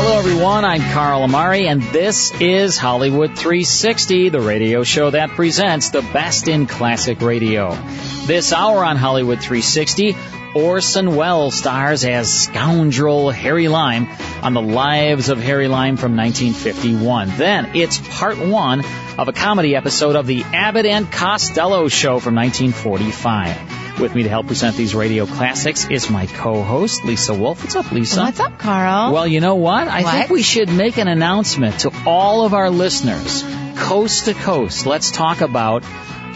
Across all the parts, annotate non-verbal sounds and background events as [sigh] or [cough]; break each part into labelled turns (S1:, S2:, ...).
S1: Hello, everyone. I'm Carl Amari, and this is Hollywood 360, the radio show that presents the best in classic radio. This hour on Hollywood 360, Orson Welles stars as scoundrel Harry Lime on the lives of Harry Lime from 1951. Then it's part one of a comedy episode of the Abbott and Costello show from 1945. With me to help present these radio classics is my co-host, Lisa Wolf. What's up, Lisa?
S2: What's up, Carl?
S1: Well, you know what? I
S2: What?
S1: think we should make an announcement to all of our listeners, coast to coast. Let's talk about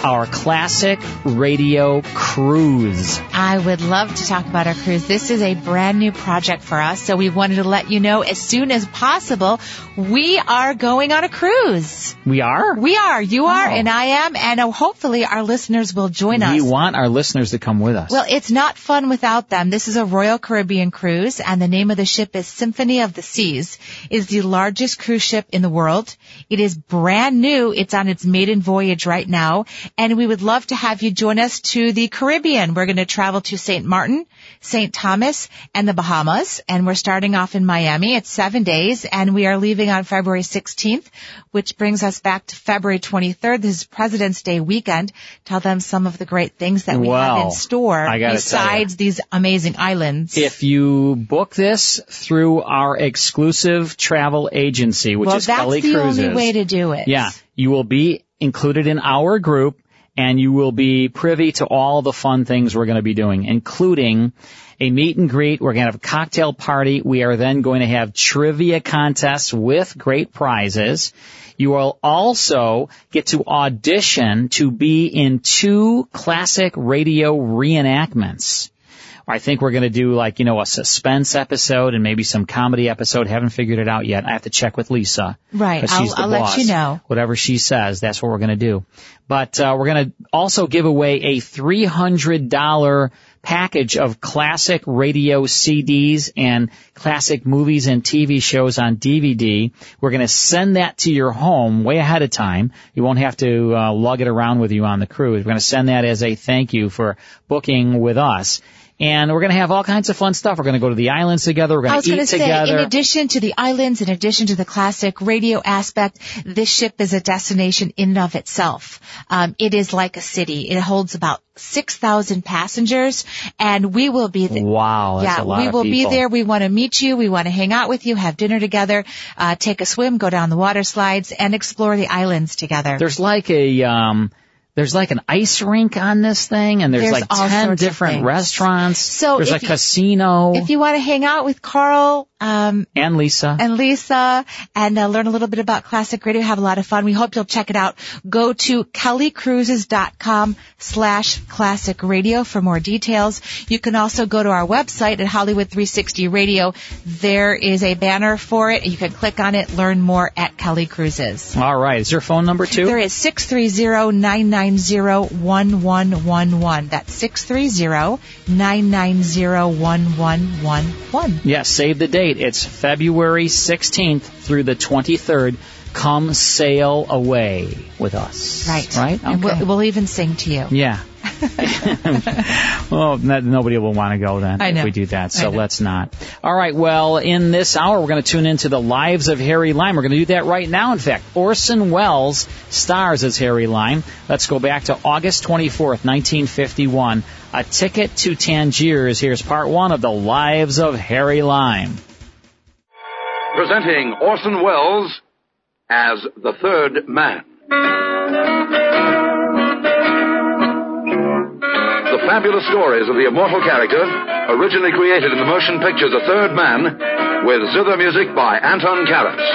S1: our classic radio cruise.
S2: I would love to talk about our cruise. This is a brand new project for us, so we wanted to let you know as soon as possible we are going on a cruise.
S1: We are?
S2: We are, you are,
S1: Oh.
S2: and I am, and uh, hopefully our listeners will join us.
S1: We want our listeners to come with us.
S2: Well, it's not fun without them. This is a Royal Caribbean cruise, and the name of the ship is Symphony of the Seas. It is the largest cruise ship in the world. It is brand new. It's on its maiden voyage right now, and we would love to have you join us to the Caribbean. We're going to travel to St. Martin, St. Thomas, and the Bahamas, and we're starting off in Miami. It's seven days, and we are leaving on February 16th, which brings us back to February 23rd. This is President's Day weekend. Tell them some of the great things that we have
S1: Wow.
S2: in store
S1: I gotta
S2: besides these amazing islands.
S1: if you book this through our exclusive travel agency, which
S2: well,
S1: is
S2: that's
S1: Kelly
S2: the
S1: Cruises,
S2: only way to do it.
S1: yeah, you will be included in our group and you will be privy to all the fun things we're going to be doing, including a meet and greet. We're going to have a cocktail party. We are then going to have trivia contests with great prizes. You will also get to audition to be in two classic radio reenactments. I think we're going to do like, you know, a suspense episode and maybe some comedy episode. Haven't figured it out yet. I have to check with Lisa.
S2: Right.
S1: 'cause
S2: I'll-
S1: she's the
S2: I'll let
S1: boss.
S2: you know.
S1: Whatever she says, that's what we're going to do. But uh, we're going to also give away a $300 package of classic radio CDs and classic movies and TV shows on DVD. We're going to send that to your home way ahead of time. You won't have to uh, lug it around with you on the cruise. We're going to send that as a thank you for booking with us. And we're going to have all kinds of fun stuff. We're going to go to the islands together. We're
S2: I
S1: going
S2: was
S1: to
S2: going
S1: eat
S2: to say,
S1: together.
S2: in addition to the islands, in addition to the classic radio aspect, this ship is a destination in and of itself. Um, it is like a city. It holds about 6,000 passengers, and we will be there.
S1: wow. That's
S2: yeah,
S1: a lot
S2: we
S1: of
S2: will
S1: people.
S2: be there. We want to meet you. We want to hang out with you, have dinner together, uh, take a swim, go down the water slides, and explore the islands together.
S1: There's like a um there's like an ice rink on this thing and there's,
S2: There's
S1: like
S2: all
S1: 10
S2: sorts of
S1: different
S2: things.
S1: restaurants.
S2: So
S1: there's
S2: if
S1: a
S2: you-
S1: casino
S2: if you want to hang out with Carl um,
S1: and Lisa.
S2: and Lisa and uh, learn a little bit about classic radio, have a lot of fun. We hope you'll check it out. Go to kellycruises.com slash classic radio for more details. You can also go to our website at Hollywood 360 Radio. There is a banner for it. You can click on it, learn more at Kelly Cruises.
S1: All right, is your phone number too?
S2: There is 630-990-1111. That's 630-990-1111.
S1: Yes, save the date. It's February 16th through the 23rd. Come sail away with us.
S2: Right.
S1: Right?
S2: And
S1: Okay.
S2: we'll, we'll even sing to you.
S1: Yeah. [laughs] well, no- nobody will want to go then
S2: I
S1: if
S2: know.
S1: we do that, so
S2: I know.
S1: let's not. All right, well, in this hour, we're going to tune into the lives of Harry Lime. We're going to do that right now, in fact. Orson Welles stars as Harry Lime. Let's go back to August 24th, 1951. A Ticket to Tangiers. Here's part one of The Lives of Harry Lime.
S3: Presenting Orson Welles
S4: as the third man. The fabulous stories of the immortal character, originally created in the motion picture The Third Man, with zither music by Anton Karas.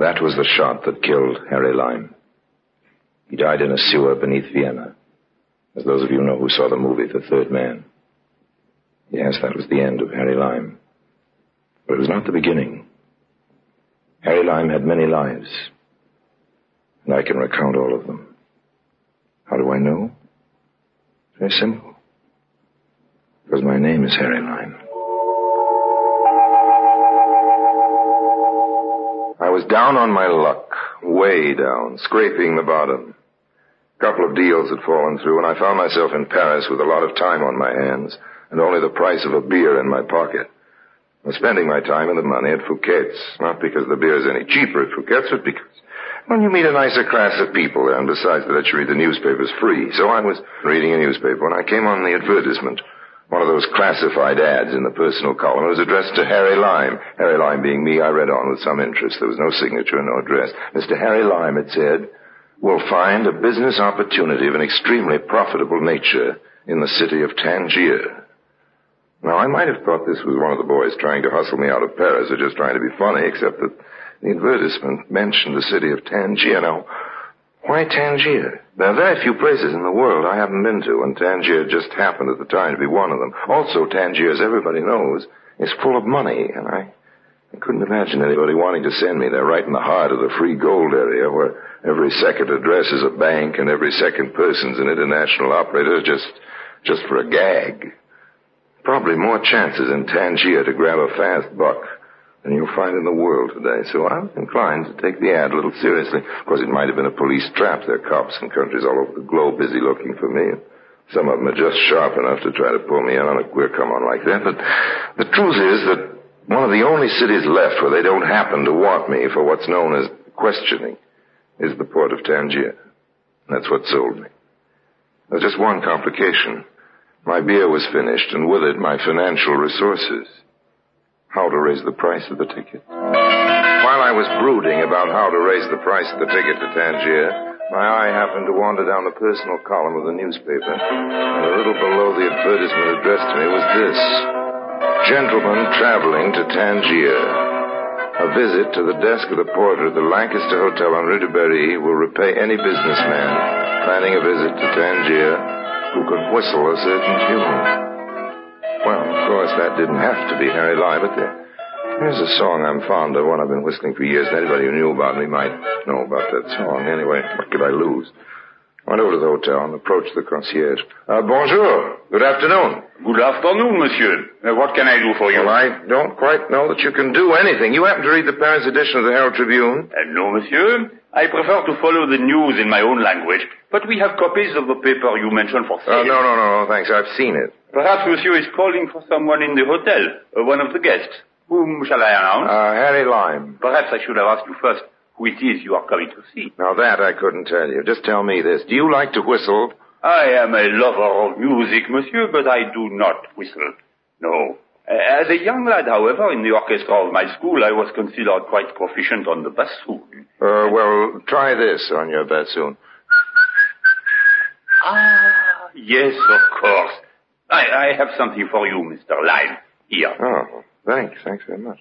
S3: That was the shot that killed Harry Lime. He died in a sewer beneath Vienna. As those of you know who saw the movie The Third Man. Yes, that was the end of Harry Lime. But it was not the beginning. Harry Lime had many lives. And I can recount all of them. How do I know? Very simple. Because my name is Harry Lime.
S5: I was down on my luck, way down, scraping the bottom. A couple of deals had fallen through, and I found myself in Paris with a lot of time on my hands and only the price of a beer in my pocket. I was spending my time and the money at Fouquet's, not because the beer is any cheaper at Fouquet's, but because, well, you meet a nicer class of people there, and besides that you read the newspapers free. So I was reading a newspaper, and I came on the advertisement. One of those classified ads in the personal column. It was addressed to Harry Lime. Harry Lime being me, I read on with some interest. There was no signature, no address. Mr. Harry Lime, it said, will find a business opportunity of an extremely profitable nature in the city of Tangier. Now, I might have thought this was one of the boys trying to hustle me out of Paris or just trying to be funny, except that the advertisement mentioned the city of Tangier. Now, why Tangier? There are very few places in the world I haven't been to, and Tangier just happened at the time to be one of them. Also, Tangier, as everybody knows, is full of money, and I, I couldn't imagine anybody wanting to send me there right in the heart of the free gold area where every second address is a bank and every second person's an international operator just, just for a gag. Probably more chances in Tangier to grab a fast buck than you'll find in the world today. So I was inclined to take the ad a little seriously. Of course, it might have been a police trap. There are cops in countries all over the globe busy looking for me. Some of them are just sharp enough to try to pull me in on a queer come-on like that. But the truth is that one of the only cities left where they don't happen to want me for what's known as questioning is the port of Tangier. That's what sold me. There's just one complication. My beer was finished, and with it my financial resources how to raise the price of the ticket. While I was brooding about how to raise the price of the ticket to Tangier, my eye happened to wander down the personal column of the newspaper, and a little below the advertisement addressed to me was this Gentlemen traveling to Tangier. A visit to the desk of the porter at the Lancaster Hotel on Rue de Berry will repay any businessman planning a visit to Tangier who can whistle a certain tune. Well, of course, that didn't have to be Harry Lye, but there, there's a song I'm fond of, one I've been whistling for years, and anybody who knew about me might know about that song. Anyway, what could I lose? I went over to the hotel and approached the concierge. Uh, bonjour. Good afternoon.
S6: Good afternoon, monsieur. Uh, what can I do for you?
S5: Well, I don't quite know that you can do anything. You happen to read the Paris edition of the Herald Tribune?
S6: Uh, no, monsieur. I prefer to follow the news in my own language, but we have copies of the paper you mentioned for sale.
S5: Uh, no, no, no, no, thanks. I've seen it.
S6: Perhaps Monsieur is calling for someone in the hotel, uh, one of the guests. Whom shall I announce?
S5: Uh, Harry Lime.
S6: Perhaps I should have asked you first who it is you are coming to see.
S5: Now that I couldn't tell you. Just tell me this. Do you like to whistle?
S6: I am a lover of music, monsieur, but I do not whistle. No. Uh, As a young lad, however, in the orchestra of my school, I was considered quite proficient on the bassoon.
S5: Uh, well, try this on your bassoon.
S6: ah, yes, of course. I, I, have something for you, Mr. Lyme. Here.
S5: Oh, thanks. Thanks very much.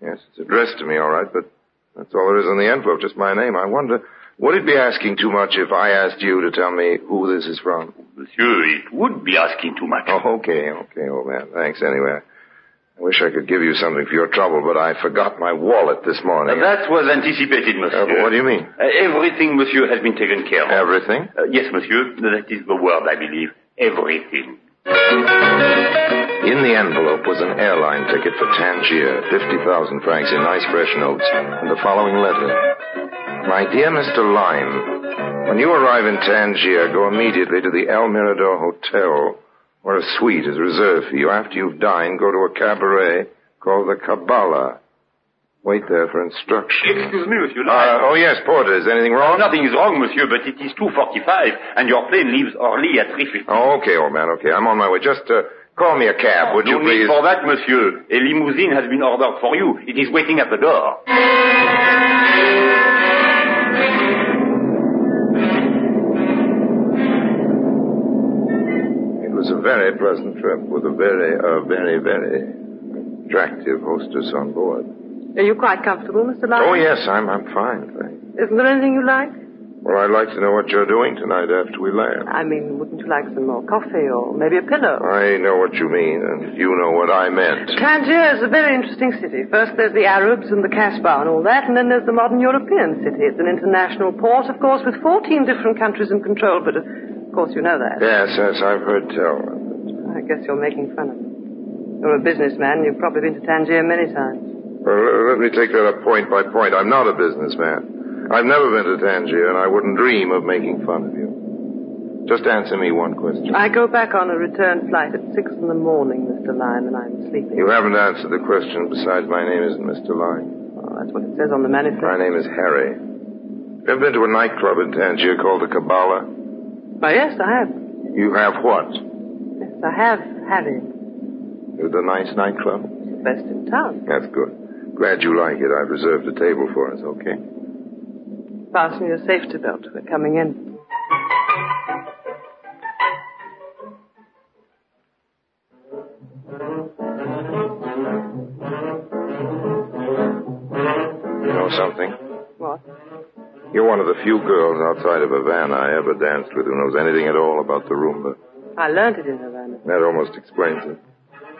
S5: Yes, it's addressed to me, all right, but that's all there is on the envelope, just my name. I wonder, would it be asking too much if I asked you to tell me who this is from?
S6: Monsieur, it would be asking too much.
S5: Oh, okay, okay, old man. Thanks anyway. I wish I could give you something for your trouble, but I forgot my wallet this morning.
S6: Uh, that was anticipated, monsieur.
S5: Uh, what do you mean?
S6: Uh, everything, monsieur, has been taken care of. Uh,
S5: Everything?
S6: yes, monsieur. That is the word, I believe. Everything.
S5: In the envelope was an airline ticket for Tangier, 50,000 francs in nice fresh notes, and the following letter. My dear Mr. Lyme, when you arrive in Tangier, go immediately to the El Mirador Hotel, where a suite is reserved for you. After you've dined, go to a cabaret called the Cabala. Wait there for instruction.
S6: Excuse me, monsieur.
S5: Uh, oh, yes, Porter. Is anything wrong?
S6: Nothing is wrong, monsieur, but it is 2.45, and your plane leaves Orly at 3.15.
S5: Oh, okay, old man, okay. I'm on my way. Just, uh, Call me a cab, would
S7: no
S5: you
S7: need
S5: please?
S7: for that, monsieur. A limousine has been ordered for you. It is waiting at the door.
S5: It was a very pleasant trip with a very, a very, very attractive hostess on board.
S8: Are you quite comfortable, Mr. Lyon?
S5: Oh, yes, I'm, I'm fine, thanks.
S8: Isn't there anything you like?
S5: Well, I'd like to know what you're doing tonight after we land.
S8: I mean, wouldn't you like some more coffee or maybe a pillow?
S5: I know what you mean, and you know what I meant.
S8: Tangier is a very interesting city. First there's the Arabs and the Casbah and all that, and then there's the modern European city. It's an international port, of course, with 14 different countries in control, but of course you know that.
S5: Yes, yes, I've heard tell.
S8: I guess you're making fun of me. You're a businessman. You've probably been to Tangier many times.
S5: Well, l- Uh, let me take that up point by point. I'm not a businessman. I've never been to Tangier, and I wouldn't dream of making fun of you. Just answer me one question.
S8: I go back on a return flight at 6 in the morning, Mr. Lyon, and I'm sleeping.
S5: You haven't answered the question. Besides, my name isn't Mr. Lyne.
S8: Oh, that's what it says on the manifest.
S5: My name is Harry. You ever been to a nightclub in Tangier called the Kabbalah?
S8: Oh, yes, I have.
S5: You have what?
S8: Yes, I have, Harry.
S5: Is it a nice nightclub?
S8: Best in town.
S5: That's good. Glad you like it. I've reserved a table for us, okay?
S8: Fasten your safety belt. We're coming in.
S5: You know something?
S8: What?
S5: You're one of the few girls outside of Havana I ever danced with who knows anything at all about the Roomba.
S8: I learned it in Havana.
S5: That almost explains it.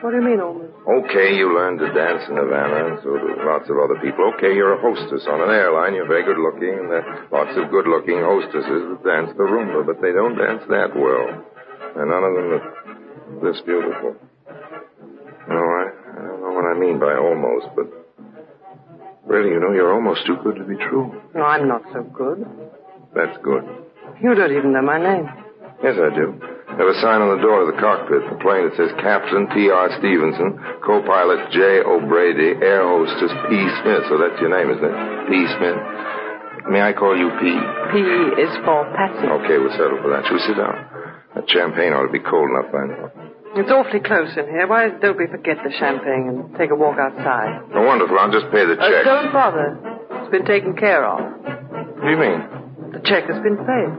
S8: What do you mean, almost?
S5: Okay, you learned to dance in Havana, and so do lots of other people. Okay, you're a hostess on an airline. You're very good looking, and there are lots of good looking hostesses that dance the Roomba, but they don't dance that well. And none of them look this beautiful. No, I, I don't know what I mean by almost, but really, you know, you're almost too good to be true.
S8: No, I'm not so good.
S5: That's good.
S8: You don't even know my name.
S5: Yes, I do. There's a sign on the door of the cockpit for plane that says Captain T.R. Stevenson, co-pilot J. O'Brady, air hostess P. Smith. So that's your name, isn't it? P. Smith. May I call you P?
S8: P E is for Patsy.
S5: Okay, we'll settle for that. You sit down. That champagne ought to be cold enough by now.
S8: It's awfully close in here. Why don't we forget the champagne and take a walk outside?
S5: Oh, wonderful. I'll just pay the
S8: Oh,
S5: check.
S8: don't bother. It's been taken care of.
S5: What do you mean?
S8: The check has been paid.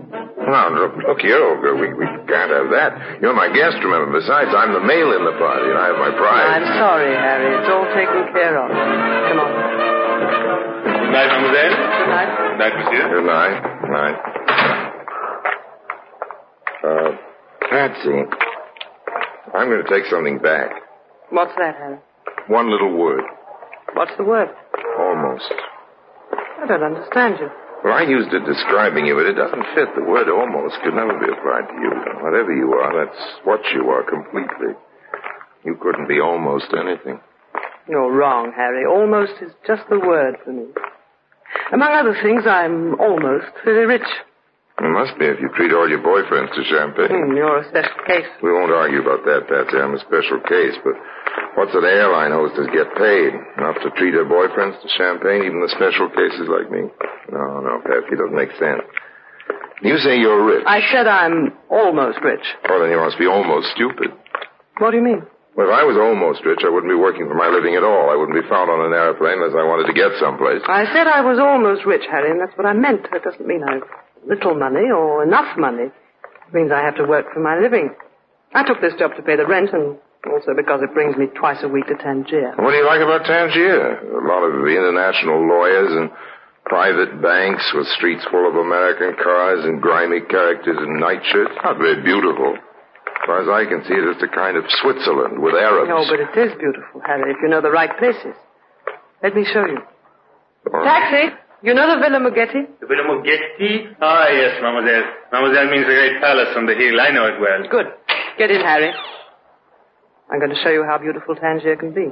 S5: Now, look, look here, Olga. We, we can't have that. You're my guest, remember. Besides, I'm the male in the party, and I have my prize.
S8: I'm sorry, Harry. It's all taken care of. Come on.
S5: Good night, mademoiselle.
S8: Good night.
S5: Good night, monsieur. Good night. Good night. Uh, Patsy, I'm going to take something back.
S8: What's that, Harry?
S5: One little word.
S8: What's the word?
S5: Almost.
S8: I don't understand you.
S5: Well, I used it describing you, but it doesn't fit. The word almost could never be applied to you. Whatever you are, that's what you are completely. You couldn't be almost anything.
S8: You're wrong, Harry. Almost is just the word for me. Among other things, I'm almost very rich.
S5: You must be if you treat all your boyfriends to champagne.
S8: Hmm, you're a special case.
S5: We won't argue about that, Patsy. I'm a special case, but what's an airline hostess get paid? Enough to treat her boyfriends to champagne, even the special cases like me? No, no, Patsy, it doesn't make sense. You say you're rich.
S8: I said I'm almost rich.
S5: Well, then you must be almost stupid.
S8: What do you mean?
S5: Well, if I was almost rich, I wouldn't be working for my living at all. I wouldn't be found on an airplane unless I wanted to get someplace.
S8: I said I was almost rich, Harry, and that's what I meant. That doesn't mean I've little money or enough money. It means I have to work for my living. I took this job to pay the rent and also because it brings me twice a week to Tangier.
S5: What do you like about Tangier? A lot of international lawyers and private banks with streets full of American cars and grimy characters in nightshirts. Not very beautiful. As far as I can see, it's just a kind of Switzerland with Arabs.
S8: No, Oh, but it is beautiful, Harry, if you know the right places. Let me show you.
S5: Or-
S8: Taxi! You know the Villa Mugetti?
S6: The Villa Mugetti? Ah, yes, mademoiselle. Mademoiselle means the great palace on the hill. I know it well.
S8: Good. Get in, Harry. I'm going to show you how beautiful Tangier can be.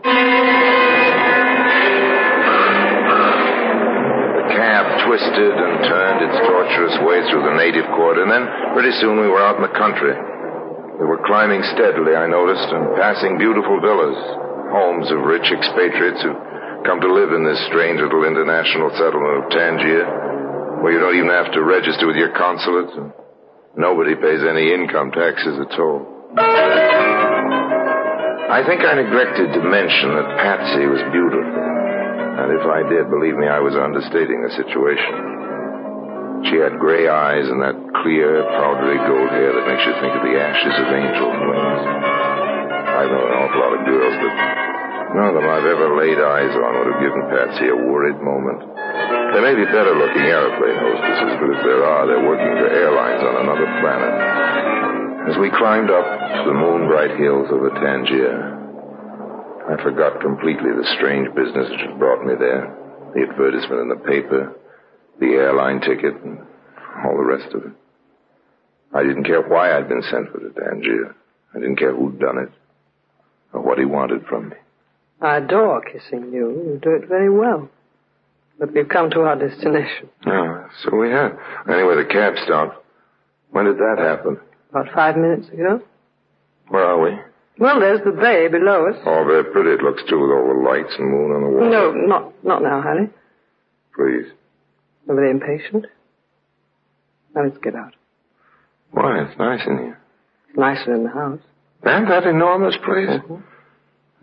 S5: The cab twisted and turned its tortuous way through the native quarter, and then pretty soon we were out in the country. We were climbing steadily, I noticed, and passing beautiful villas, homes of rich expatriates who come to live in this strange little international settlement of Tangier, where you don't even have to register with your consulate, and nobody pays any income taxes at all. I think I neglected to mention that Patsy was beautiful. And if I did, believe me, I was understating the situation. She had gray eyes and that clear, powdery gold hair that makes you think of the ashes of angel wings. I've known an awful lot of girls, but none of them I've ever laid eyes on would have given Patsy a worried moment. There may be better looking airplane hostesses, but if there are, they're working for airlines on another planet. As we climbed up the moonbright hills over Tangier, I forgot completely the strange business which had brought me there the advertisement in the paper, the airline ticket, and all the rest of it. I didn't care why I'd been sent for to Tangier. I didn't care who'd done it or what he wanted from me.
S8: I adore kissing you. You do it very well. But we've come to our destination.
S5: Oh, so we have. Anyway, the cab stopped. When did that happen?
S8: About five minutes ago.
S5: Where are we?
S8: Well, there's the bay below us.
S5: Oh, very pretty it looks, too, with all the lights and moon on the wall.
S8: No, not not now, Harry.
S5: Please.
S8: Don't be impatient. Now let's get out.
S5: Why, it's nice in here.
S8: It's nicer in the house.
S5: And that enormous place? Mm-hmm.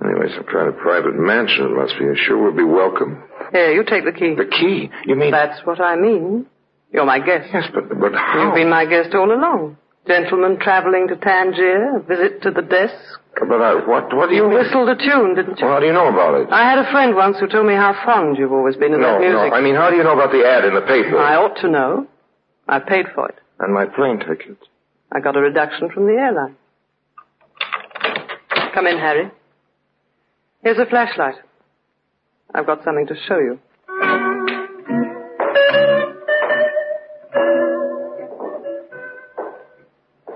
S5: Anyway, some kind of private mansion it must be. I'm sure we'll be welcome.
S8: Here, you take the key.
S5: The key? You mean...
S8: That's what I mean. You're my guest.
S5: Yes, but, but how?
S8: You've been my guest all along. Gentleman traveling to Tangier, a visit to the desk.
S5: But I, what, what do you...
S8: You whistled a tune, didn't you?
S5: Well, how do you know about it?
S8: I had a friend once who told me how fond you've always been of
S5: no,
S8: that music.
S5: No, I mean, how do you know about the ad in the paper?
S8: I ought to know. I paid for it.
S5: And my plane ticket.
S8: I got a reduction from the airline. Come in, Harry. Here's a flashlight. I've got something to show you.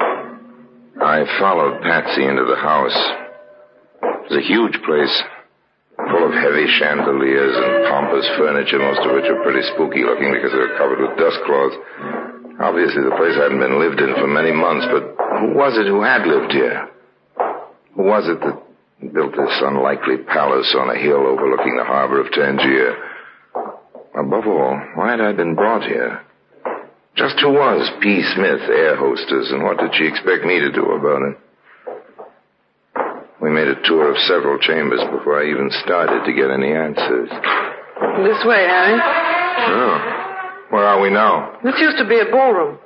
S5: I followed Patsy into the house. It was a huge place, full of heavy chandeliers and pompous furniture, most of which are pretty spooky looking because they're covered with dust cloths. Obviously, the place hadn't been lived in for many months, but who was it who had lived here? Who was it that built this unlikely palace on a hill overlooking the harbor of Tangier. Above all, why had I been brought here? Just who was P. Smith, air hostess, and what did she expect me to do about it? We made a tour of several chambers before I even started to get any answers.
S8: This way, Harry.
S5: Oh. Where are we now?
S8: This used to be a ballroom.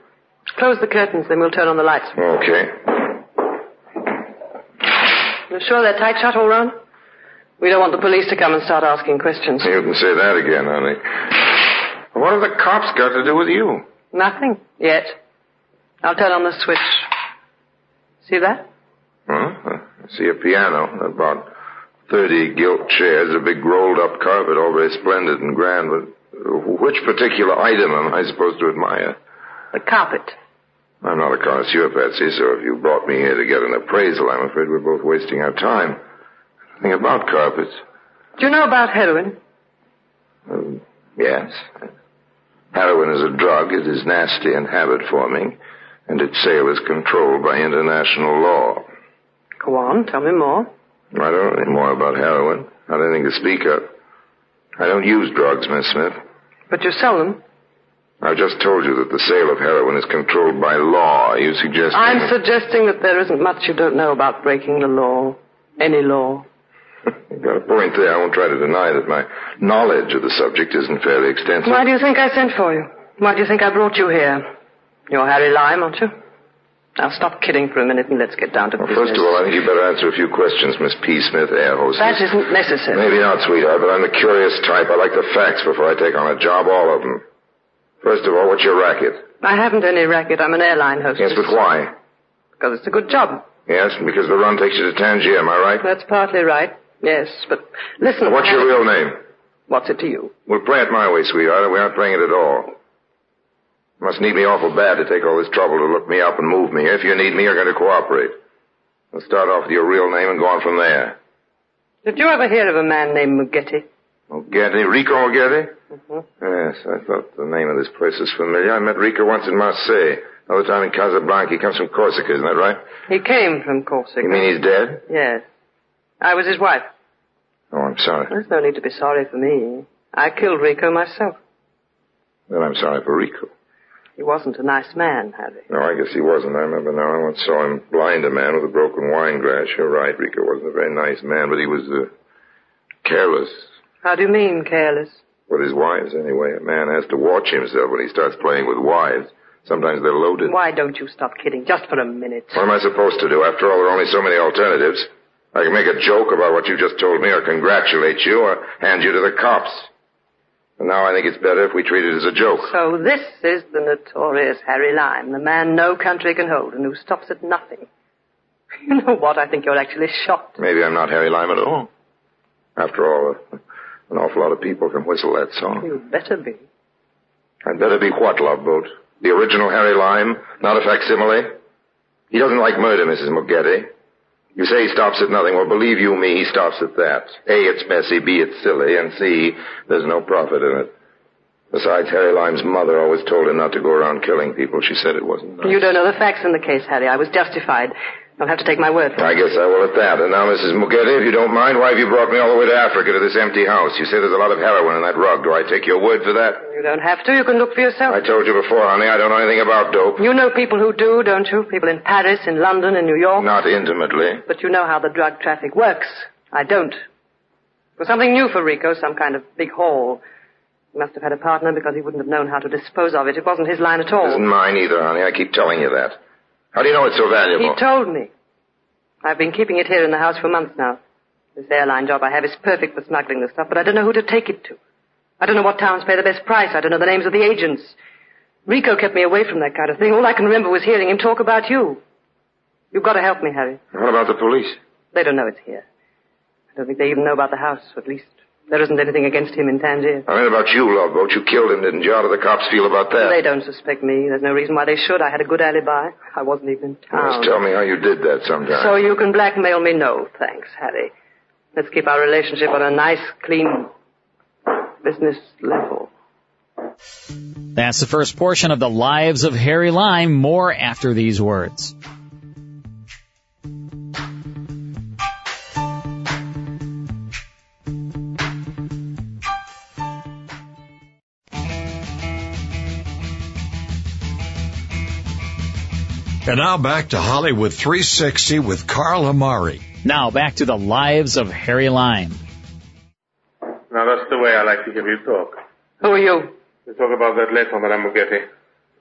S8: Close the curtains, then we'll turn on the lights.
S5: Okay.
S8: You're sure they're tight shut all round? We don't want the police to come and start asking questions.
S5: You can say that again, honey. What have the cops got to do with you?
S8: Nothing. Yet. I'll turn on the switch. See that?
S5: Huh? I see a piano. About 30 gilt chairs, a big rolled up carpet, all very splendid and grand, but which particular item am I supposed to admire?
S8: The carpet.
S5: I'm not a connoisseur, Patsy, so if you brought me here to get an appraisal, I'm afraid we're both wasting our time. Nothing about carpets.
S8: Do you know about heroin?
S5: Um, yes. Heroin is a drug. It is nasty and habit forming, and its sale is controlled by international law.
S8: Go on, tell me more.
S5: I don't know any more about heroin. Not anything to speak of. I don't use drugs, Miss Smith.
S8: But you sell them?
S5: I've just told you that the sale of heroin is controlled by law. Are you suggesting?
S8: I'm that... suggesting that there isn't much you don't know about breaking the law, any law.
S5: You've got a point there. I won't try to deny that my knowledge of the subject isn't fairly extensive.
S8: Why do you think I sent for you? Why do you think I brought you here? You're Harry Lyme, aren't you? Now stop kidding for a minute and let's get down to
S5: well,
S8: business.
S5: First of all, I think you'd better answer a few questions, Miss P. Smith, air hostess.
S8: That isn't necessary.
S5: Maybe uh, not, sweetheart, but I'm the curious type. I like the facts before I take on a job, all of them. First of all, what's your racket?
S8: I haven't any racket. I'm an airline hostess.
S5: Yes, but why?
S8: Because it's a good job.
S5: Yes, because the run takes you to Tangier, am I right?
S8: That's partly right. Yes, but listen.
S5: What's your real name?
S8: What's it to you?
S5: We'll play it my way, sweetheart, we aren't playing it at all. You must need me awful bad to take all this trouble to look me up and move me. If you need me, you're going to cooperate. We'll start off with your real name and go on from there.
S8: Did you ever hear of a man named Mugetti?
S5: Mugetti? Oh, Rico Mugetti?
S8: Mm-hmm.
S5: Yes, I thought the name of this place was familiar. I met Rico once in Marseille, another time in Casablanca. He comes from Corsica, isn't that right?
S8: He came from Corsica.
S5: You mean he's dead?
S8: Yes. I was his wife.
S5: Oh, I'm sorry.
S8: There's no need to be sorry for me. I killed Rico myself.
S5: Then I'm sorry for Rico.
S8: He wasn't a nice man, Harry.
S5: No, I guess he wasn't. I remember now. I once saw him blind a man with a broken wine glass. You're right, Rico wasn't a very nice man, but he was uh, careless.
S8: How do you mean, careless?
S5: With his wives, anyway. A man has to watch himself when he starts playing with wives. Sometimes they're loaded.
S8: Why don't you stop kidding? Just for a minute.
S5: What am I supposed to do? After all, there are only so many alternatives. I can make a joke about what you just told me, or congratulate you, or hand you to the cops. And now I think it's better if we treat it as a joke.
S8: So this is the notorious Harry Lime, the man no country can hold and who stops at nothing. [laughs] You know what? I think you're actually shocked.
S5: Maybe I'm not Harry Lime at all. After all, [laughs] uh, an awful lot of people can whistle that song.
S8: You'd better be.
S5: I'd better be what, Love Boat? The original Harry Lime, not a facsimile? He doesn't like murder, Mrs. Mugetti. You say he stops at nothing. Well, believe you me, he stops at that. A, it's messy. B, it's silly. And C, there's no profit in it. Besides, Harry Lime's mother always told him not to go around killing people. She said it wasn't nice.
S8: You don't know the facts in the case, Harry. I was justified. You'll have to take my word for it.
S5: I guess I will at that. And now, Mrs. Mugetti, if you don't mind, why have you brought me all the way to Africa to this empty house? You say there's a lot of heroin in that rug. Do I take your word for that?
S8: You don't have to. You can look for yourself.
S5: I told you before, honey, I don't know anything about dope.
S8: You know people who do, don't you? People in Paris, in London, in New York.
S5: Not intimately.
S8: But you know how the drug traffic works. I don't. It was something new for Rico, some kind of big haul. He must have had a partner because he wouldn't have known how to dispose of it. It wasn't his line at all.
S5: It isn't mine either, honey. I keep telling you that. How do you know it's so valuable?
S8: He told me. I've been keeping it here in the house for months now. This airline job I have is perfect for smuggling the stuff, but I don't know who to take it to. I don't know what towns pay the best price. I don't know the names of the agents. Rico kept me away from that kind of thing. All I can remember was hearing him talk about you. You've got to help me, Harry.
S5: What about the police?
S8: They don't know it's here. I don't think they even know about the house, at least. There isn't anything against him in Tangier.
S5: I mean about you, Loveboat. You killed him, didn't you? How do the cops feel about that?
S8: They don't suspect me. There's no reason why they should. I had a good alibi. I wasn't even in town.
S5: Just tell me how you did that sometime.
S8: So you can blackmail me? No, thanks, Harry. Let's keep our relationship on a nice, clean business level.
S1: That's the first portion of The Lives of Harry Lime. More after these words.
S9: And now back to Hollywood 360 with Carl Amari.
S1: Now back to the lives of Harry Lime.
S10: Now that's the way I like to hear you talk.
S8: Who are you?
S10: We'll talk about that later, Madame Mugetti.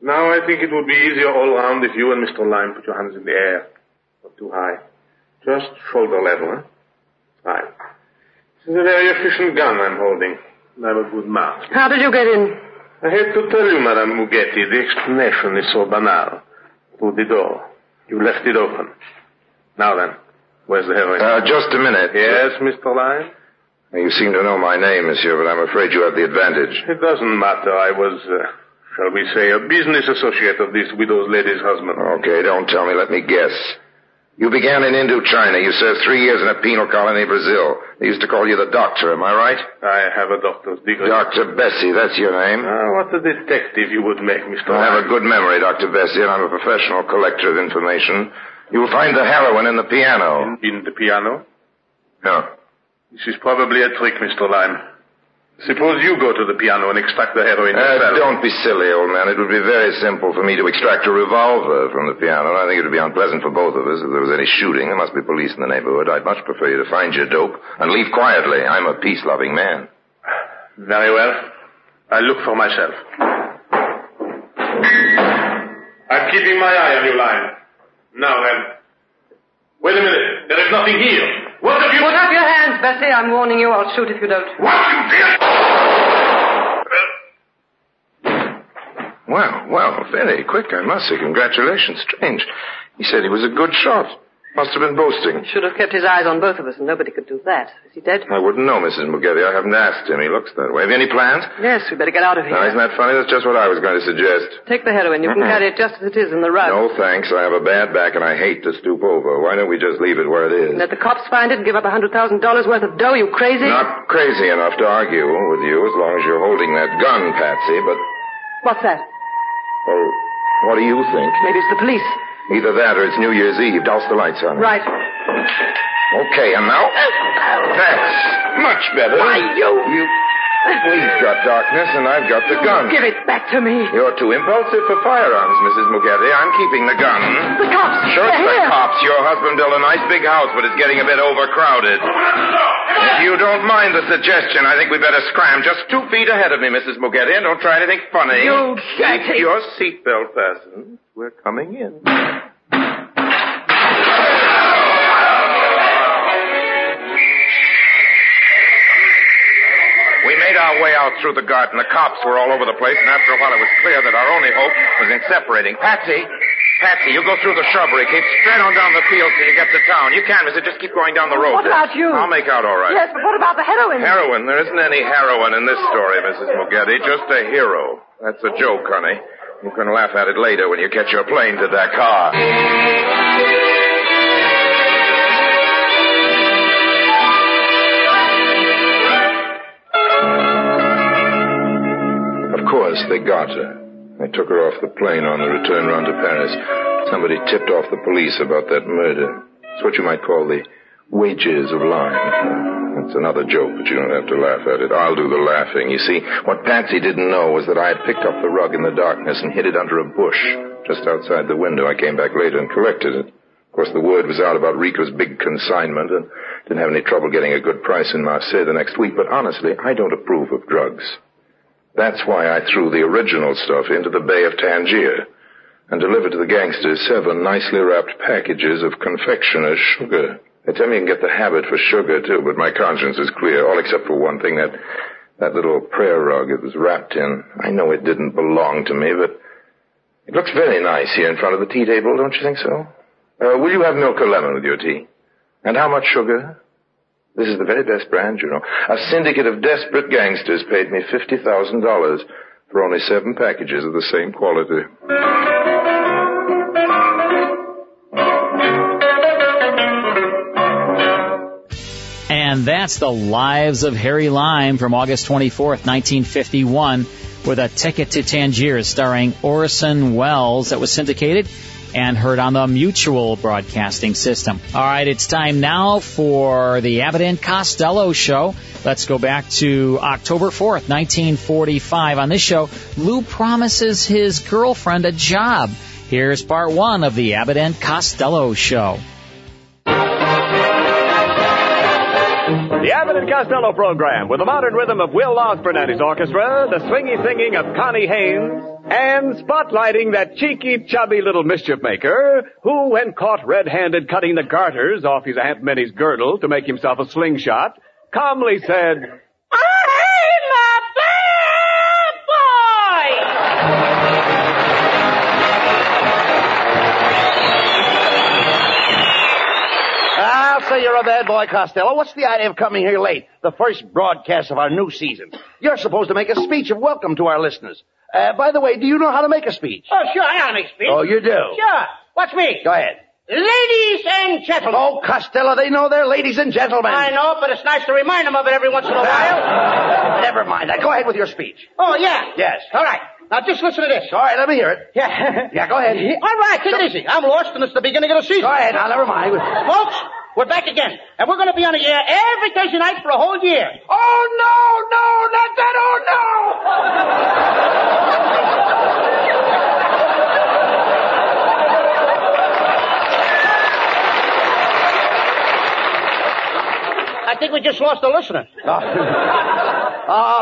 S10: Now I think it would be easier all round if you and Mr. Lime put your hands in the air. Not too high. Just shoulder level, huh? Right. This is a very efficient gun I'm holding. I'm a good mark.
S8: How did you get in?
S10: I hate to tell you, Madame Mugetti, the explanation is so banal to the door. You left it open. Now then, where's the heroin?
S5: Uh, just a minute.
S10: Yes, Mr. Lyon?
S5: You seem to know my name, monsieur, but I'm afraid you have the advantage.
S10: It doesn't matter. I was, uh, shall we say, a business associate of this widowed lady's husband.
S5: Okay, don't tell me. Let me guess. You began in Indochina. You served three years in a penal colony in Brazil. They used to call you the doctor, am I right?
S10: I have a doctor's degree.
S5: Dr. Bessie, that's your name.
S10: Ah, what a detective you would make, Mr.
S5: I have a good memory, Dr. Bessie, and I'm a professional collector of information. You'll find the heroin in the piano.
S10: In, in the piano?
S5: No.
S10: This is probably a trick, Mr. Lyme. Suppose you go to the piano and extract the heroin
S5: Uh,
S10: yourself.
S5: don't be silly, old man. It would be very simple for me to extract a revolver from the piano. and I think it would be unpleasant for both of us if there was any shooting. There must be police in the neighborhood. I'd much prefer you to find your dope and leave quietly. I'm a peace-loving man.
S10: Very well. I'll look for myself. I'm keeping my eye on you, Lyme. Now then. Wait a minute. There is nothing here. What have you...
S8: Put up your hands, Bessie. I'm warning you. I'll shoot if you don't.
S10: What you did?
S5: Well, well, very quick, I must say. Congratulations. Strange. He said he was a good shot. Must have been boasting.
S8: Should have kept his eyes on both of us, and nobody could do that. Is he dead?
S5: I wouldn't know, Mrs. Mugetti. I haven't asked him. He looks that way. Have you any plans?
S8: Yes, we better get out of here.
S5: Now, isn't that funny? That's just what I was going to suggest.
S8: Take the heroin. You
S10: Mm-hmm.
S8: can
S5: Mm-mm.
S8: carry it just as it is in the rug.
S5: No thanks. I have a bad back and I hate to stoop over. Why don't we just leave it where it is?
S8: Let the cops find it and give up a $100,000 worth of dough, you crazy?
S5: Not crazy enough to argue with you as long as you're holding that gun, Patsy, but,
S8: What's that?
S5: well, what do you think?
S8: Maybe it's the police.
S5: Either that or it's New Year's Eve. Douse the lights on.
S8: Right.
S5: Okay, and now? That's much better.
S8: Why, you- Oh,
S5: You...
S3: He's got darkness, and I've got the gun.
S8: Give it back to me.
S3: You're too impulsive for firearms, Mrs. Mugatti. I'm keeping the gun.
S8: The cops.
S3: Sure, it's the
S8: they're here.
S3: cops. Your husband built a nice big house, but it's getting a bit overcrowded. If you don't mind the suggestion, I think we better scram just two feet ahead of me, Mrs. Mugatti, and don't try anything funny.
S8: You
S3: Keep
S8: dirty-
S3: your seatbelt fastened. We're coming in. We made our way out through the garden. The cops were all over the place, and after a while it was clear that our only hope was in separating. Patsy! Patsy, you go through the shrubbery. Keep straight on down the field till you get to town. You can, Missy. Just keep going down the road.
S8: What about you?
S3: I'll make out all right.
S8: Yes, but what about the heroin?
S3: Heroin. There isn't any heroin in this story, Mrs. Mugetti. Just a hero. That's a joke, honey. You can laugh at it later when you catch your plane to Dakar.
S5: Of course, they got her. They took her off the plane on the return run to Paris. Somebody tipped off the police about that murder. It's what you might call the wages of lying. That's another joke, but you don't have to laugh at it. I'll do the laughing. You see, what Patsy didn't know was that I had picked up the rug in the darkness and hid it under a bush just outside the window. I came back later and collected it. Of course, the word was out about Rico's big consignment and didn't have any trouble getting a good price in Marseille the next week. But honestly, I don't approve of drugs. That's why I threw the original stuff into the Bay of Tangier and delivered to the gangsters seven nicely wrapped packages of confectioner's sugar. They tell me you can get the habit for sugar too, but my conscience is clear, all except for one thing, that, that little prayer rug it was wrapped in. I know it didn't belong to me, but it looks very nice here in front of the tea table, don't you think so? Uh, will you have milk or lemon with your tea? And how much sugar? This is the very best brand, you know. A syndicate of desperate gangsters paid me $50,000 for only seven packages of the same quality.
S1: And that's the Lives of Harry Lime from August 24th, 1951, with a ticket to Tangiers starring Orson Welles that was syndicated and heard on the Mutual Broadcasting System. All right, it's time now for the Abbott and Costello show. Let's go back to October 4th, 1945. On this show, Lou promises his girlfriend a job. Here's part one of the Abbott and Costello show.
S11: The Abbott and Costello program with the modern rhythm of Will Osborne and his orchestra, the swingy singing of Connie Haynes, and spotlighting that cheeky, chubby little mischief maker who, when caught red-handed cutting the garters off his Aunt Minnie's girdle to make himself a slingshot, calmly said,
S12: Ah, so you're a bad boy, Costello. What's the idea of coming here late? The first broadcast of our new season. You're supposed to make a speech of welcome to our listeners. Uh, by the way, do you know how to make a speech?
S13: Oh, sure, I don't speak.
S12: Oh, you do?
S13: Sure. Watch me.
S12: Go ahead.
S13: Ladies and gentlemen.
S12: Oh, Costello, they know they're ladies and gentlemen.
S13: I know, but it's nice to remind them of it every once in a
S12: [laughs]
S13: while.
S12: Never mind that. Go ahead with your speech.
S13: Oh, yeah.
S12: Yes.
S13: All right. Now just listen to this.
S12: All right, let me hear it.
S13: Yeah.
S12: Yeah, go ahead.
S13: [laughs] All right, take it easy. I'm lost and it's the beginning of the season.
S12: Go ahead. Now, never mind.
S13: Folks, we're back again. And we're going to be on the air every Thursday night for a whole year.
S12: Oh, no, no, not that, oh, no!
S13: I think we just lost a listener.
S12: [laughs] All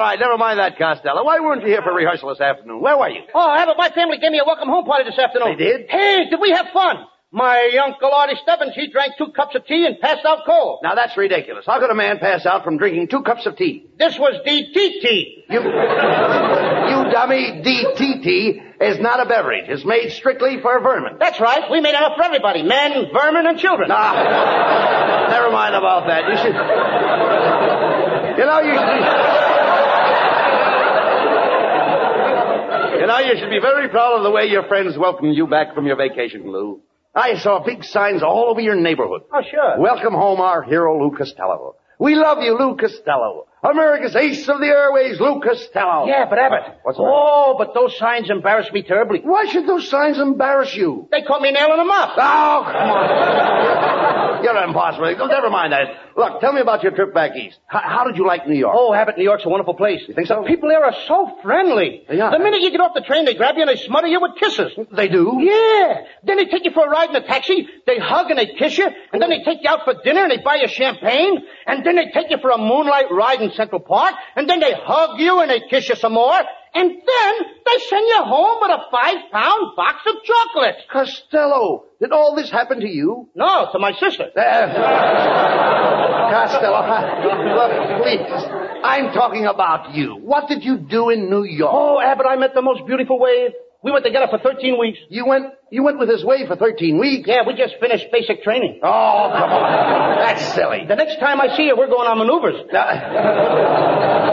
S12: right, never mind that, Costello. Why weren't you here for rehearsal this afternoon? Where were you?
S13: Oh, Abbott, my family gave me a welcome home party this afternoon.
S12: They did?
S13: Hey, did we have fun? My uncle Artie Stebbins, he drank two cups of tea and passed out cold.
S12: Now that's ridiculous. How could a man pass out from drinking two cups of tea?
S13: This was DTT.
S12: You, you dummy, DTT is not a beverage. It's made strictly for vermin.
S13: That's right. We made enough for everybody. Men, vermin, and children.
S12: Ah, never mind about that. You should. You know, you should. You know, you should be very proud of the way your friends welcomed you back from your vacation, Lou. I saw big signs all over your neighborhood.
S13: Oh, sure.
S12: Welcome home, our hero, Lou Costello. We love you, Lou Costello. America's ace of the airways, Lou Costello.
S13: Yeah, but Abbott.
S12: What's the matter?
S13: oh, but those signs embarrassed me terribly.
S12: Why should those signs embarrass you?
S13: They caught me nailing them up.
S12: Oh, come on.
S13: Oh, You're impossible. Never mind that. Look, tell me about your trip back east. How, how did you like New York?
S12: Oh, Abbott, New York's a wonderful place.
S13: You think so?
S12: People there are so friendly.
S13: They are.
S12: The minute you get off the train, they grab you and they smother you with kisses.
S13: They do?
S12: Yeah. Then they take you for a ride in a taxi. They hug and they kiss you. And then they take you out for dinner and they buy you champagne. And then they take you for a moonlight ride in Central Park. And then they hug you and they kiss you some more. And then they send you home with a five pound box of chocolates.
S13: Costello, did all this happen to you?
S12: No, to my sister.
S13: [laughs] Costello, I- look, please. I'm talking about you. What did you do in New York?
S12: Oh, Abbott, I met the most beautiful wave. We went together for 13 weeks.
S13: You went, you went with his wave for 13 weeks?
S12: Yeah, we just finished basic training.
S13: Oh, come on. That's silly. Uh,
S12: The next time I see you, we're going on maneuvers.
S13: [laughs]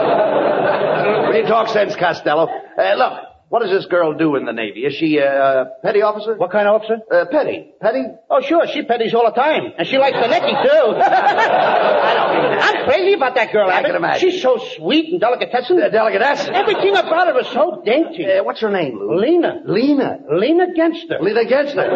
S13: Will you talk sense, Costello? Uh, look, what does this girl do in the Navy? Is she uh, a petty officer?
S12: What kind of officer?
S13: Uh, petty. Petty?
S12: Oh, sure, she petties all the time. And she likes the necky,
S13: [laughs]
S12: too. [laughs] I don't mean that. I'm crazy about that girl,
S13: I
S12: Abbott.
S13: can imagine.
S12: She's so sweet and delicatessen.
S13: A delicatessen.
S12: Everything about her is so dainty.
S13: Uh, what's her name, Lou?
S12: Lena.
S13: Lena.
S12: Lena Genster.
S13: Lena Gensler.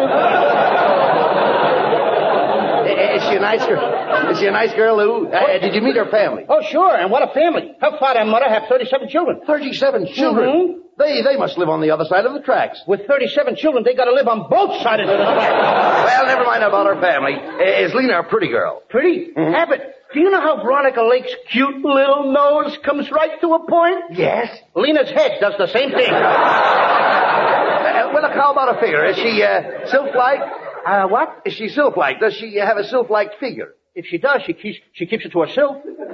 S13: is she a nice girl? Is she a nice girl, Lou? Uh, did you meet her family?
S12: Oh, sure, and what a family. Her father and mother have 37 children.
S13: 37 children.
S12: Mhm.
S13: They they must live on the other side of the tracks.
S12: With 37 children, they gotta live on both sides of the track.
S13: Well, never mind about her family. Uh, Is Lena a pretty girl?
S12: Pretty.
S13: Mm-hmm.
S12: Abbott, do you know how Veronica Lake's cute little nose comes right to a point?
S13: Yes.
S12: Lena's head does the same thing.
S13: Uh, well, look, how about a figure? Is she uh, sylph-like? Uh, what? Is she sylph-like? Does she uh, have a sylph-like figure?
S12: If she does, she keeps, she keeps it to herself.
S13: No,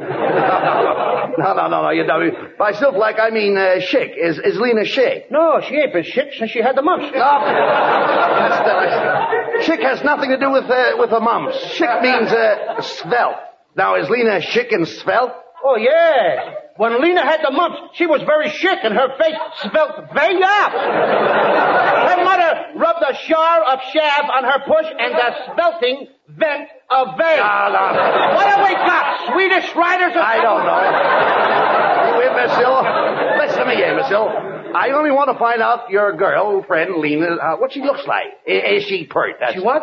S13: no, no, no. You don't. By sylph-like, I mean uh, chic. Is is Lena chic?
S12: No, she ain't been sick since she had the mumps.
S13: No. That's the- chic has nothing to do with uh, with the mumps. Chic means uh, svelte. Now, is Lena chic and svelte?
S12: Oh, yeah. When Lena had the mumps, she was very sick and her face smelt very up. Her mother rubbed a shower of salve on her push and the smelting vent a veil.
S13: No, no, no.
S12: What have we got? Swedish writers or
S13: I don't know. You imbecile. Listen to me, imbecile. I only want to find out your girl friend, Lena, uh, what she looks like. I- is she pert? That's
S12: She what?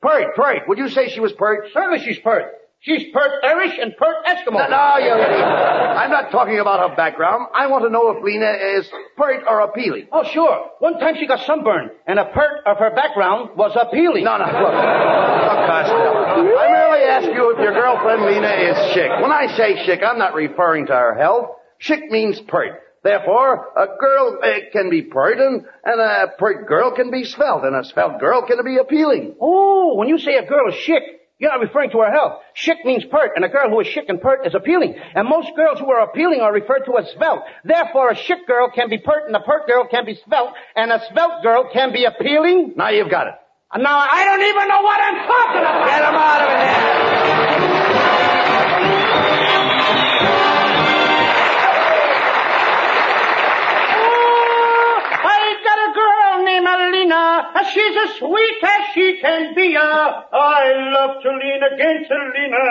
S13: Pert, pert. Would you say she was pert?
S12: Certainly she's pert. She's pert Irish and pert Eskimo.
S13: No, no, you
S12: [laughs]
S13: I'm not talking about her background. I want to know if Lena is pert or appealing.
S12: Oh, sure. One time she got sunburned, and a pert of her background was appealing.
S13: No, no, look. Look, Costello. I merely ask you if your girlfriend Lena is chic. When I say chic, I'm not referring to her health. Chic means pert. Therefore, a girl uh, can be pert, and, and a pert girl can be svelte, and a svelte girl can be appealing.
S12: Oh, when you say a girl is chic, you're not referring to her health. Chic means pert, and a girl who is chic and pert is appealing. And most girls who are appealing are referred to as svelte. Therefore, a chic girl can be pert, and a pert girl can be svelte, and a svelte girl can be appealing.
S13: Now you've got it.
S12: Now, I don't even know what I'm talking about!
S13: Get him out of here!
S12: I got a girl named Alina. Uh, She's as sweet as she can be. uh. I love to lean against Alina.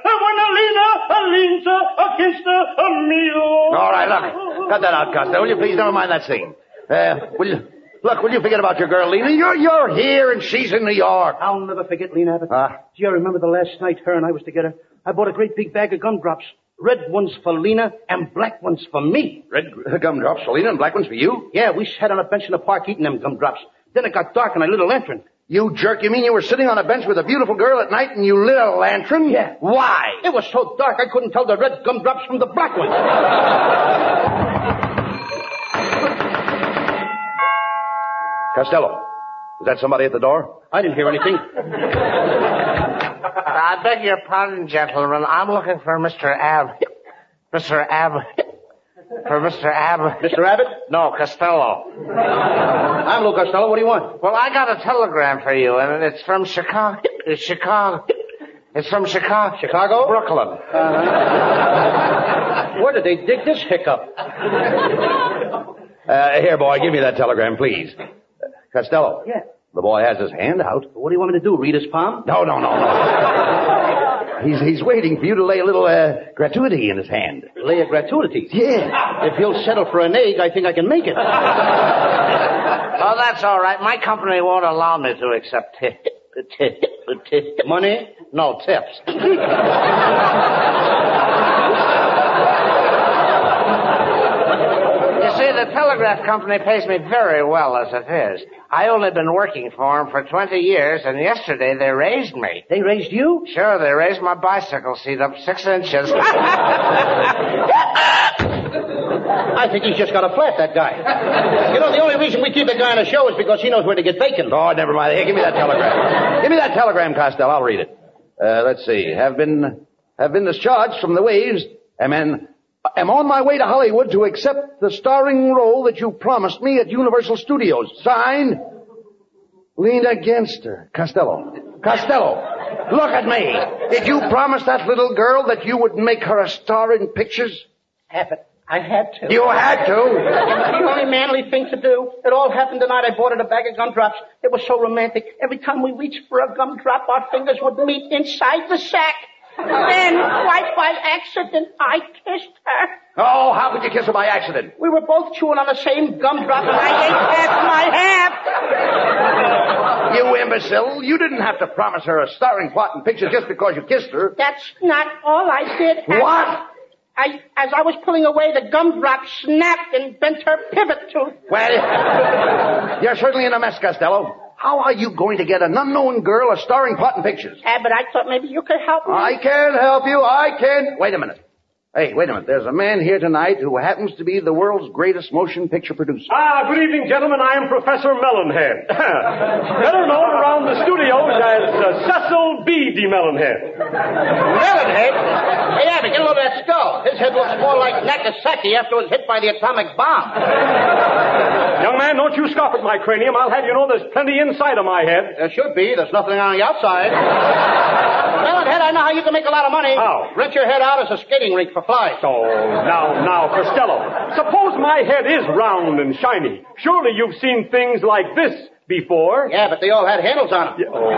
S12: Uh, When Alina uh, leans uh, against uh, uh, me. oh.
S13: All right, look. Cut that out, Costello. Will you please never mind that scene? Uh, will you, look, will you forget about your girl, Lena? You're, you're here, and she's in New York.
S12: I'll never forget Lena Abbott.
S13: Ah.
S12: Do you remember the last night her and I was together? I bought a great big bag of gumdrops. Red ones for Lena and black ones for me.
S13: Red gumdrops for Lena and black ones for you?
S12: Yeah, we sat on a bench in the park eating them gumdrops. Then it got dark and I lit a lantern.
S13: You jerk, you mean you were sitting on a bench with a beautiful girl at night and you lit a lantern?
S12: Yeah.
S13: Why?
S12: It was so dark I couldn't tell the red gumdrops from the black ones. [laughs]
S13: Costello, is that somebody at the door?
S12: I didn't hear anything.
S14: I beg your pardon, gentlemen. I'm looking for Mr. Ab. Mr. Ab. For Mr. Ab.
S12: Mr. Abbott?
S14: No, Costello.
S12: I'm Lou Costello. What do you want?
S14: Well, I got a telegram for you, and it's from Chicago. It's Chicago. It's from Chicago.
S12: Chicago? Uh-huh.
S14: Brooklyn.
S12: Where did they dig this hiccup?
S13: Uh, here, boy, give me that telegram, please. Uh, Costello.
S12: Yeah.
S13: The boy has his hand out.
S12: What do you want me to do? Read his palm?
S13: No, no, no, no. he's, he's waiting for you to lay a little, uh, gratuity in his hand.
S12: Lay a gratuity.
S13: Yeah.
S12: [laughs] If he'll settle for an egg, I think I can make
S14: Oh,
S12: it.
S14: that's all right. My company won't allow me to accept.
S12: Money?
S13: No tips.
S15: You see, the telegraph company pays me very well as it is. I only been working for 'em for 20 years, and yesterday they raised me.
S13: They raised you?
S15: Sure, they raised my bicycle seat up six inches. [laughs]
S13: I think he's just got a flat, that guy. You know, the only reason we keep the guy on the show is because he knows where to get bacon.
S12: Oh, never mind. Here, give me that telegram. Give me that telegram, Costello. I'll read it. Uh, let's see. Have been have been discharged from the waves. Am an, am on my way to Hollywood to accept the starring role that you promised me at Universal Studios. Signed, leaned against her. Costello. Costello. Look at me. Did you promise that little girl that you would make her a star in pictures?
S13: Happened. I had to.
S12: You
S13: [laughs]
S12: had to?
S13: the only manly thing to do. It all happened tonight. I bought her a bag of gumdrops. It was so romantic. Every time we reached for a gumdrop, our fingers would meet inside the sack. Then, quite by accident, I kissed her.
S12: Oh, how could you kiss her by accident?
S13: We were both chewing on the same gumdrop, and I ate half my half.
S12: You imbecile. You didn't have to promise her a starring plot in pictures just because you kissed her.
S13: That's not all I did.
S12: What?
S13: I, as I was pulling away, the gumdrop snapped and bent her pivot tooth.
S12: Well, you're certainly in a mess, Costello. How are you going to get an unknown girl a starring part in pictures?
S13: Abbott, I thought maybe you could help me.
S12: I can't help you. I can't. Wait a minute. Hey, wait a minute. There's a man here tonight who happens to be the world's greatest motion picture producer.
S16: Ah, good evening, gentlemen. I am Professor Melonhead. [laughs] Better known around the studios as uh, Cecil B. D. Melonhead.
S13: Melonhead? Hey, Abbott, get a load of that skull. His head looks more like Nagasaki after it was hit by the atomic bomb.
S16: Young man, don't you scoff at my cranium. I'll have you know there's plenty inside of my head.
S13: There should be. There's nothing on the outside. Melonhead, I know how you can make a lot of money.
S16: How?
S13: Rent your head out as a skating rink for flies.
S16: Oh, now, now, Costello. Suppose my head is round and shiny. Surely you've seen things like this before.
S13: Yeah, but they all had handles on them. Yeah.
S12: Oh.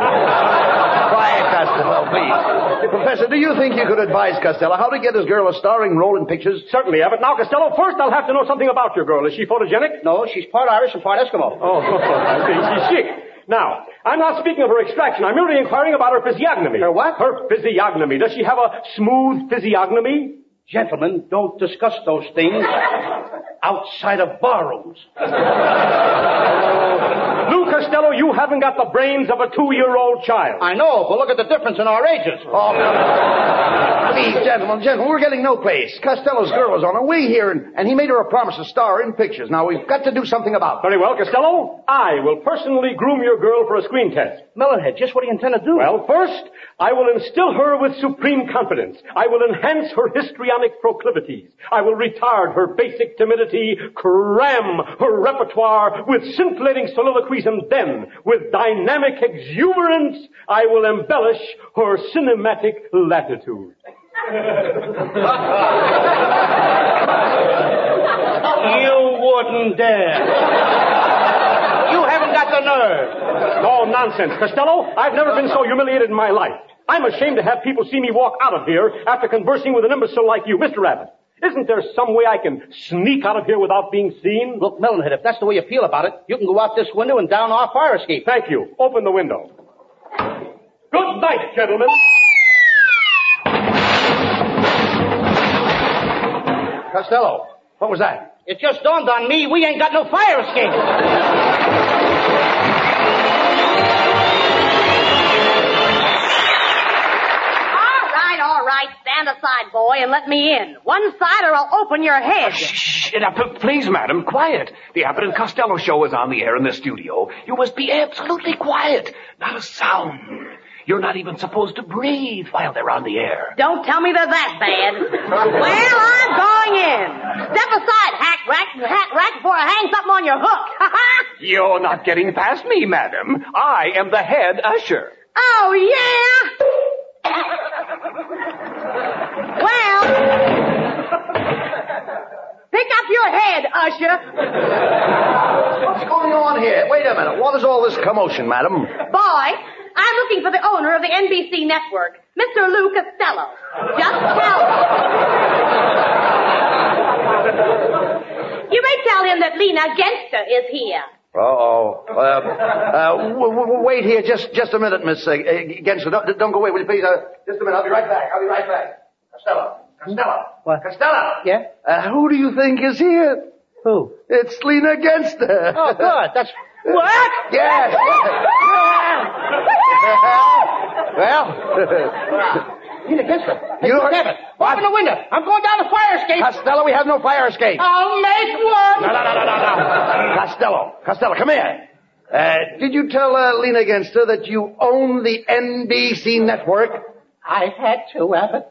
S12: Quiet, Costello, please. Professor, do you think you could advise Costello how to get his girl a starring role in pictures?
S16: Certainly, Abbott. Now, Costello, first I'll have to know something about your girl. Is she photogenic?
S13: No, she's part Irish and part Eskimo.
S16: Oh, [laughs] she's chic. Now, I'm not speaking of her extraction. I'm merely inquiring about her physiognomy.
S13: Her what?
S16: Her physiognomy. Does she have a smooth physiognomy?
S13: Gentlemen, don't discuss those things outside of barrooms.
S16: Lou Costello, you haven't got the brains of a two-year-old child.
S13: I know, but look at the difference in our ages.
S12: Oh, please, gentlemen, gentlemen, we're getting no place. Costello's girl was on her way here, and, and he made her a promise to star in pictures. Now, we've got to do something about it.
S16: Very well, Costello. I will personally groom your girl for a screen test.
S13: Melonhead, just what do you intend to do?
S16: Well, first, I will instill her with supreme confidence. I will enhance her histrionic proclivities. I will retard her basic timidity, cram her repertoire with scintillating soliloquies, and then, with dynamic exuberance, I will embellish her cinematic latitude.
S13: you wouldn't dare. You haven't got the nerve.
S16: Oh, nonsense. Costello, I've never been so humiliated in my life. I'm ashamed to have people see me walk out of here after conversing with an imbecile like you, Mr. Abbott. Isn't there some way I can sneak out of here without being seen?
S13: Look, Melonhead, if that's the way you feel about it, you can go out this window and down our fire escape.
S16: Thank you. Open the window. Good night, gentlemen.
S12: Costello, what was that?
S13: It just dawned on me we ain't got no fire escape.
S17: stand aside, boy, and let me in. One side or I'll open your head.
S18: Shh, now, p- please, madam, quiet. The Abbott and Costello show is on the air in the studio. You must be absolutely quiet. Not a sound. You're not even supposed to breathe while they're on the air.
S17: Don't tell me they're that bad. well, I'm going in. Step aside, hack rack, hack rack, before I hang something on your hook. [laughs]
S18: You're not getting past me, madam. I am the head usher.
S17: Oh, yeah. Well, pick up your head, Usher.
S12: What's going on here? Wait a minute. What is all this commotion, madam?
S17: Boy, I'm looking for the owner of the NBC network, Mr. Lou Costello. Just tell him. You may tell him that Lena Genster is here.
S12: Uh-oh. Uh, uh, w- w- wait here just just a minute, Miss uh, uh, Gensler. Don't, don't go away, will you please? Uh, just a minute. I'll be right back. I'll be right back. Costello. Costello. What? Costello.
S8: Yeah?
S12: Uh, who do you think is here?
S8: Who?
S12: It's Lena Genster.
S8: Oh, good.
S12: [laughs]
S8: That's...
S12: What? [laughs] Yes.
S13: [laughs]
S12: well,
S8: Nina Gensler. Hey,
S12: You
S8: you
S12: are-
S8: Open the window. I'm going down the fire escape.
S12: Costello, we have no fire escape.
S8: I'll make one.
S12: No, no, no, no, no, no. Costello, Costello, come here. Uh, did you tell uh, Lena Genster that you own the NBC network?
S8: I had to, Abbott.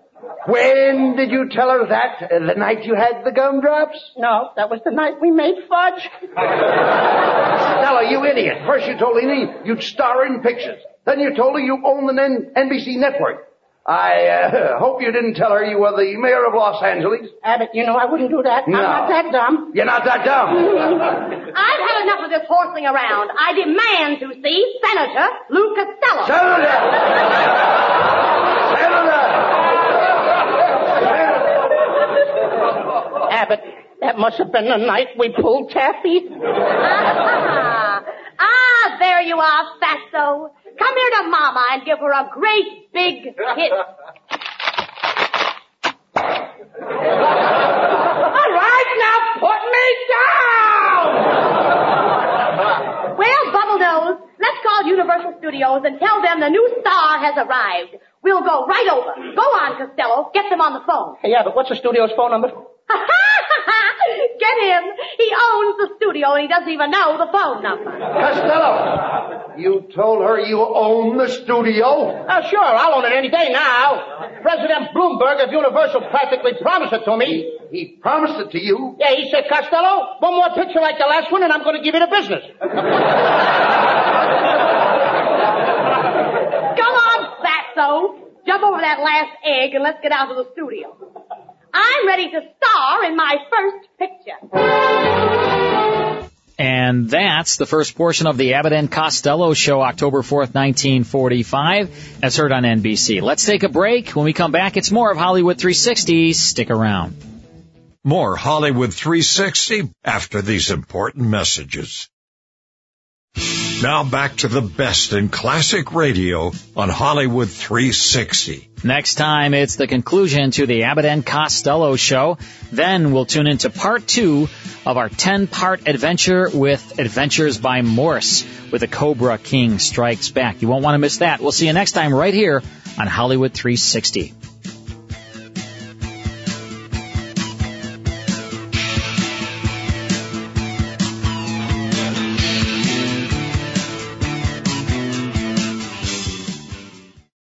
S12: When did you tell her that? Uh, the night you had the gumdrops?
S8: No, that was the night we made fudge.
S12: Costello, you idiot. First you told Lena you'd star in pictures. Then you told her you owned the N- NBC network. I uh, [laughs] hope you didn't tell her you were the mayor of Los Angeles.
S8: Abbott, you know I wouldn't do that.
S12: No.
S8: I'm not that dumb.
S12: You're not that dumb.
S17: I've had enough of this horsing around. I demand to see Senator Lou Costello.
S8: [laughs] Abbott, that must have been the night we pulled Taffy.
S17: ah, ah, there you are, Fatso. Come here to Mama and give her a great big kiss.
S8: All right, now put me down!
S17: Well, Bubble Nose, let's call Universal Studios and tell them the new star has arrived. We'll go right over. Go on, Costello. Get them on the phone.
S12: [laughs]
S8: Hey, Abbott, what's the studio's phone number?
S17: Get him. He owns the studio and he doesn't even know the phone number.
S12: Costello, you told her you own the studio?
S8: Oh, sure, I'll own it any day now. President Bloomberg of Universal practically promised it to me.
S12: He, promised it to you?
S8: Yeah, he said, Costello, one more picture like the last one and I'm going to give you the business.
S17: Come on, Fatso. Jump over that last egg and let's get out of the studio. I'm ready to star in my first picture.
S1: And that's the first portion of the Abbott and Costello show, October 4th, 1945, as heard on NBC. Let's take a break. When we come back, it's more of Hollywood 360. Stick around.
S9: More Hollywood 360 after these important messages. Now back to the best in classic radio on Hollywood 360.
S1: Next time, it's the conclusion to the Abbott and Costello show. Then we'll tune into part two of our 10 part adventure with Adventures by Morse with the Cobra King Strikes Back. You won't want to miss that. We'll see you next time right here on Hollywood 360.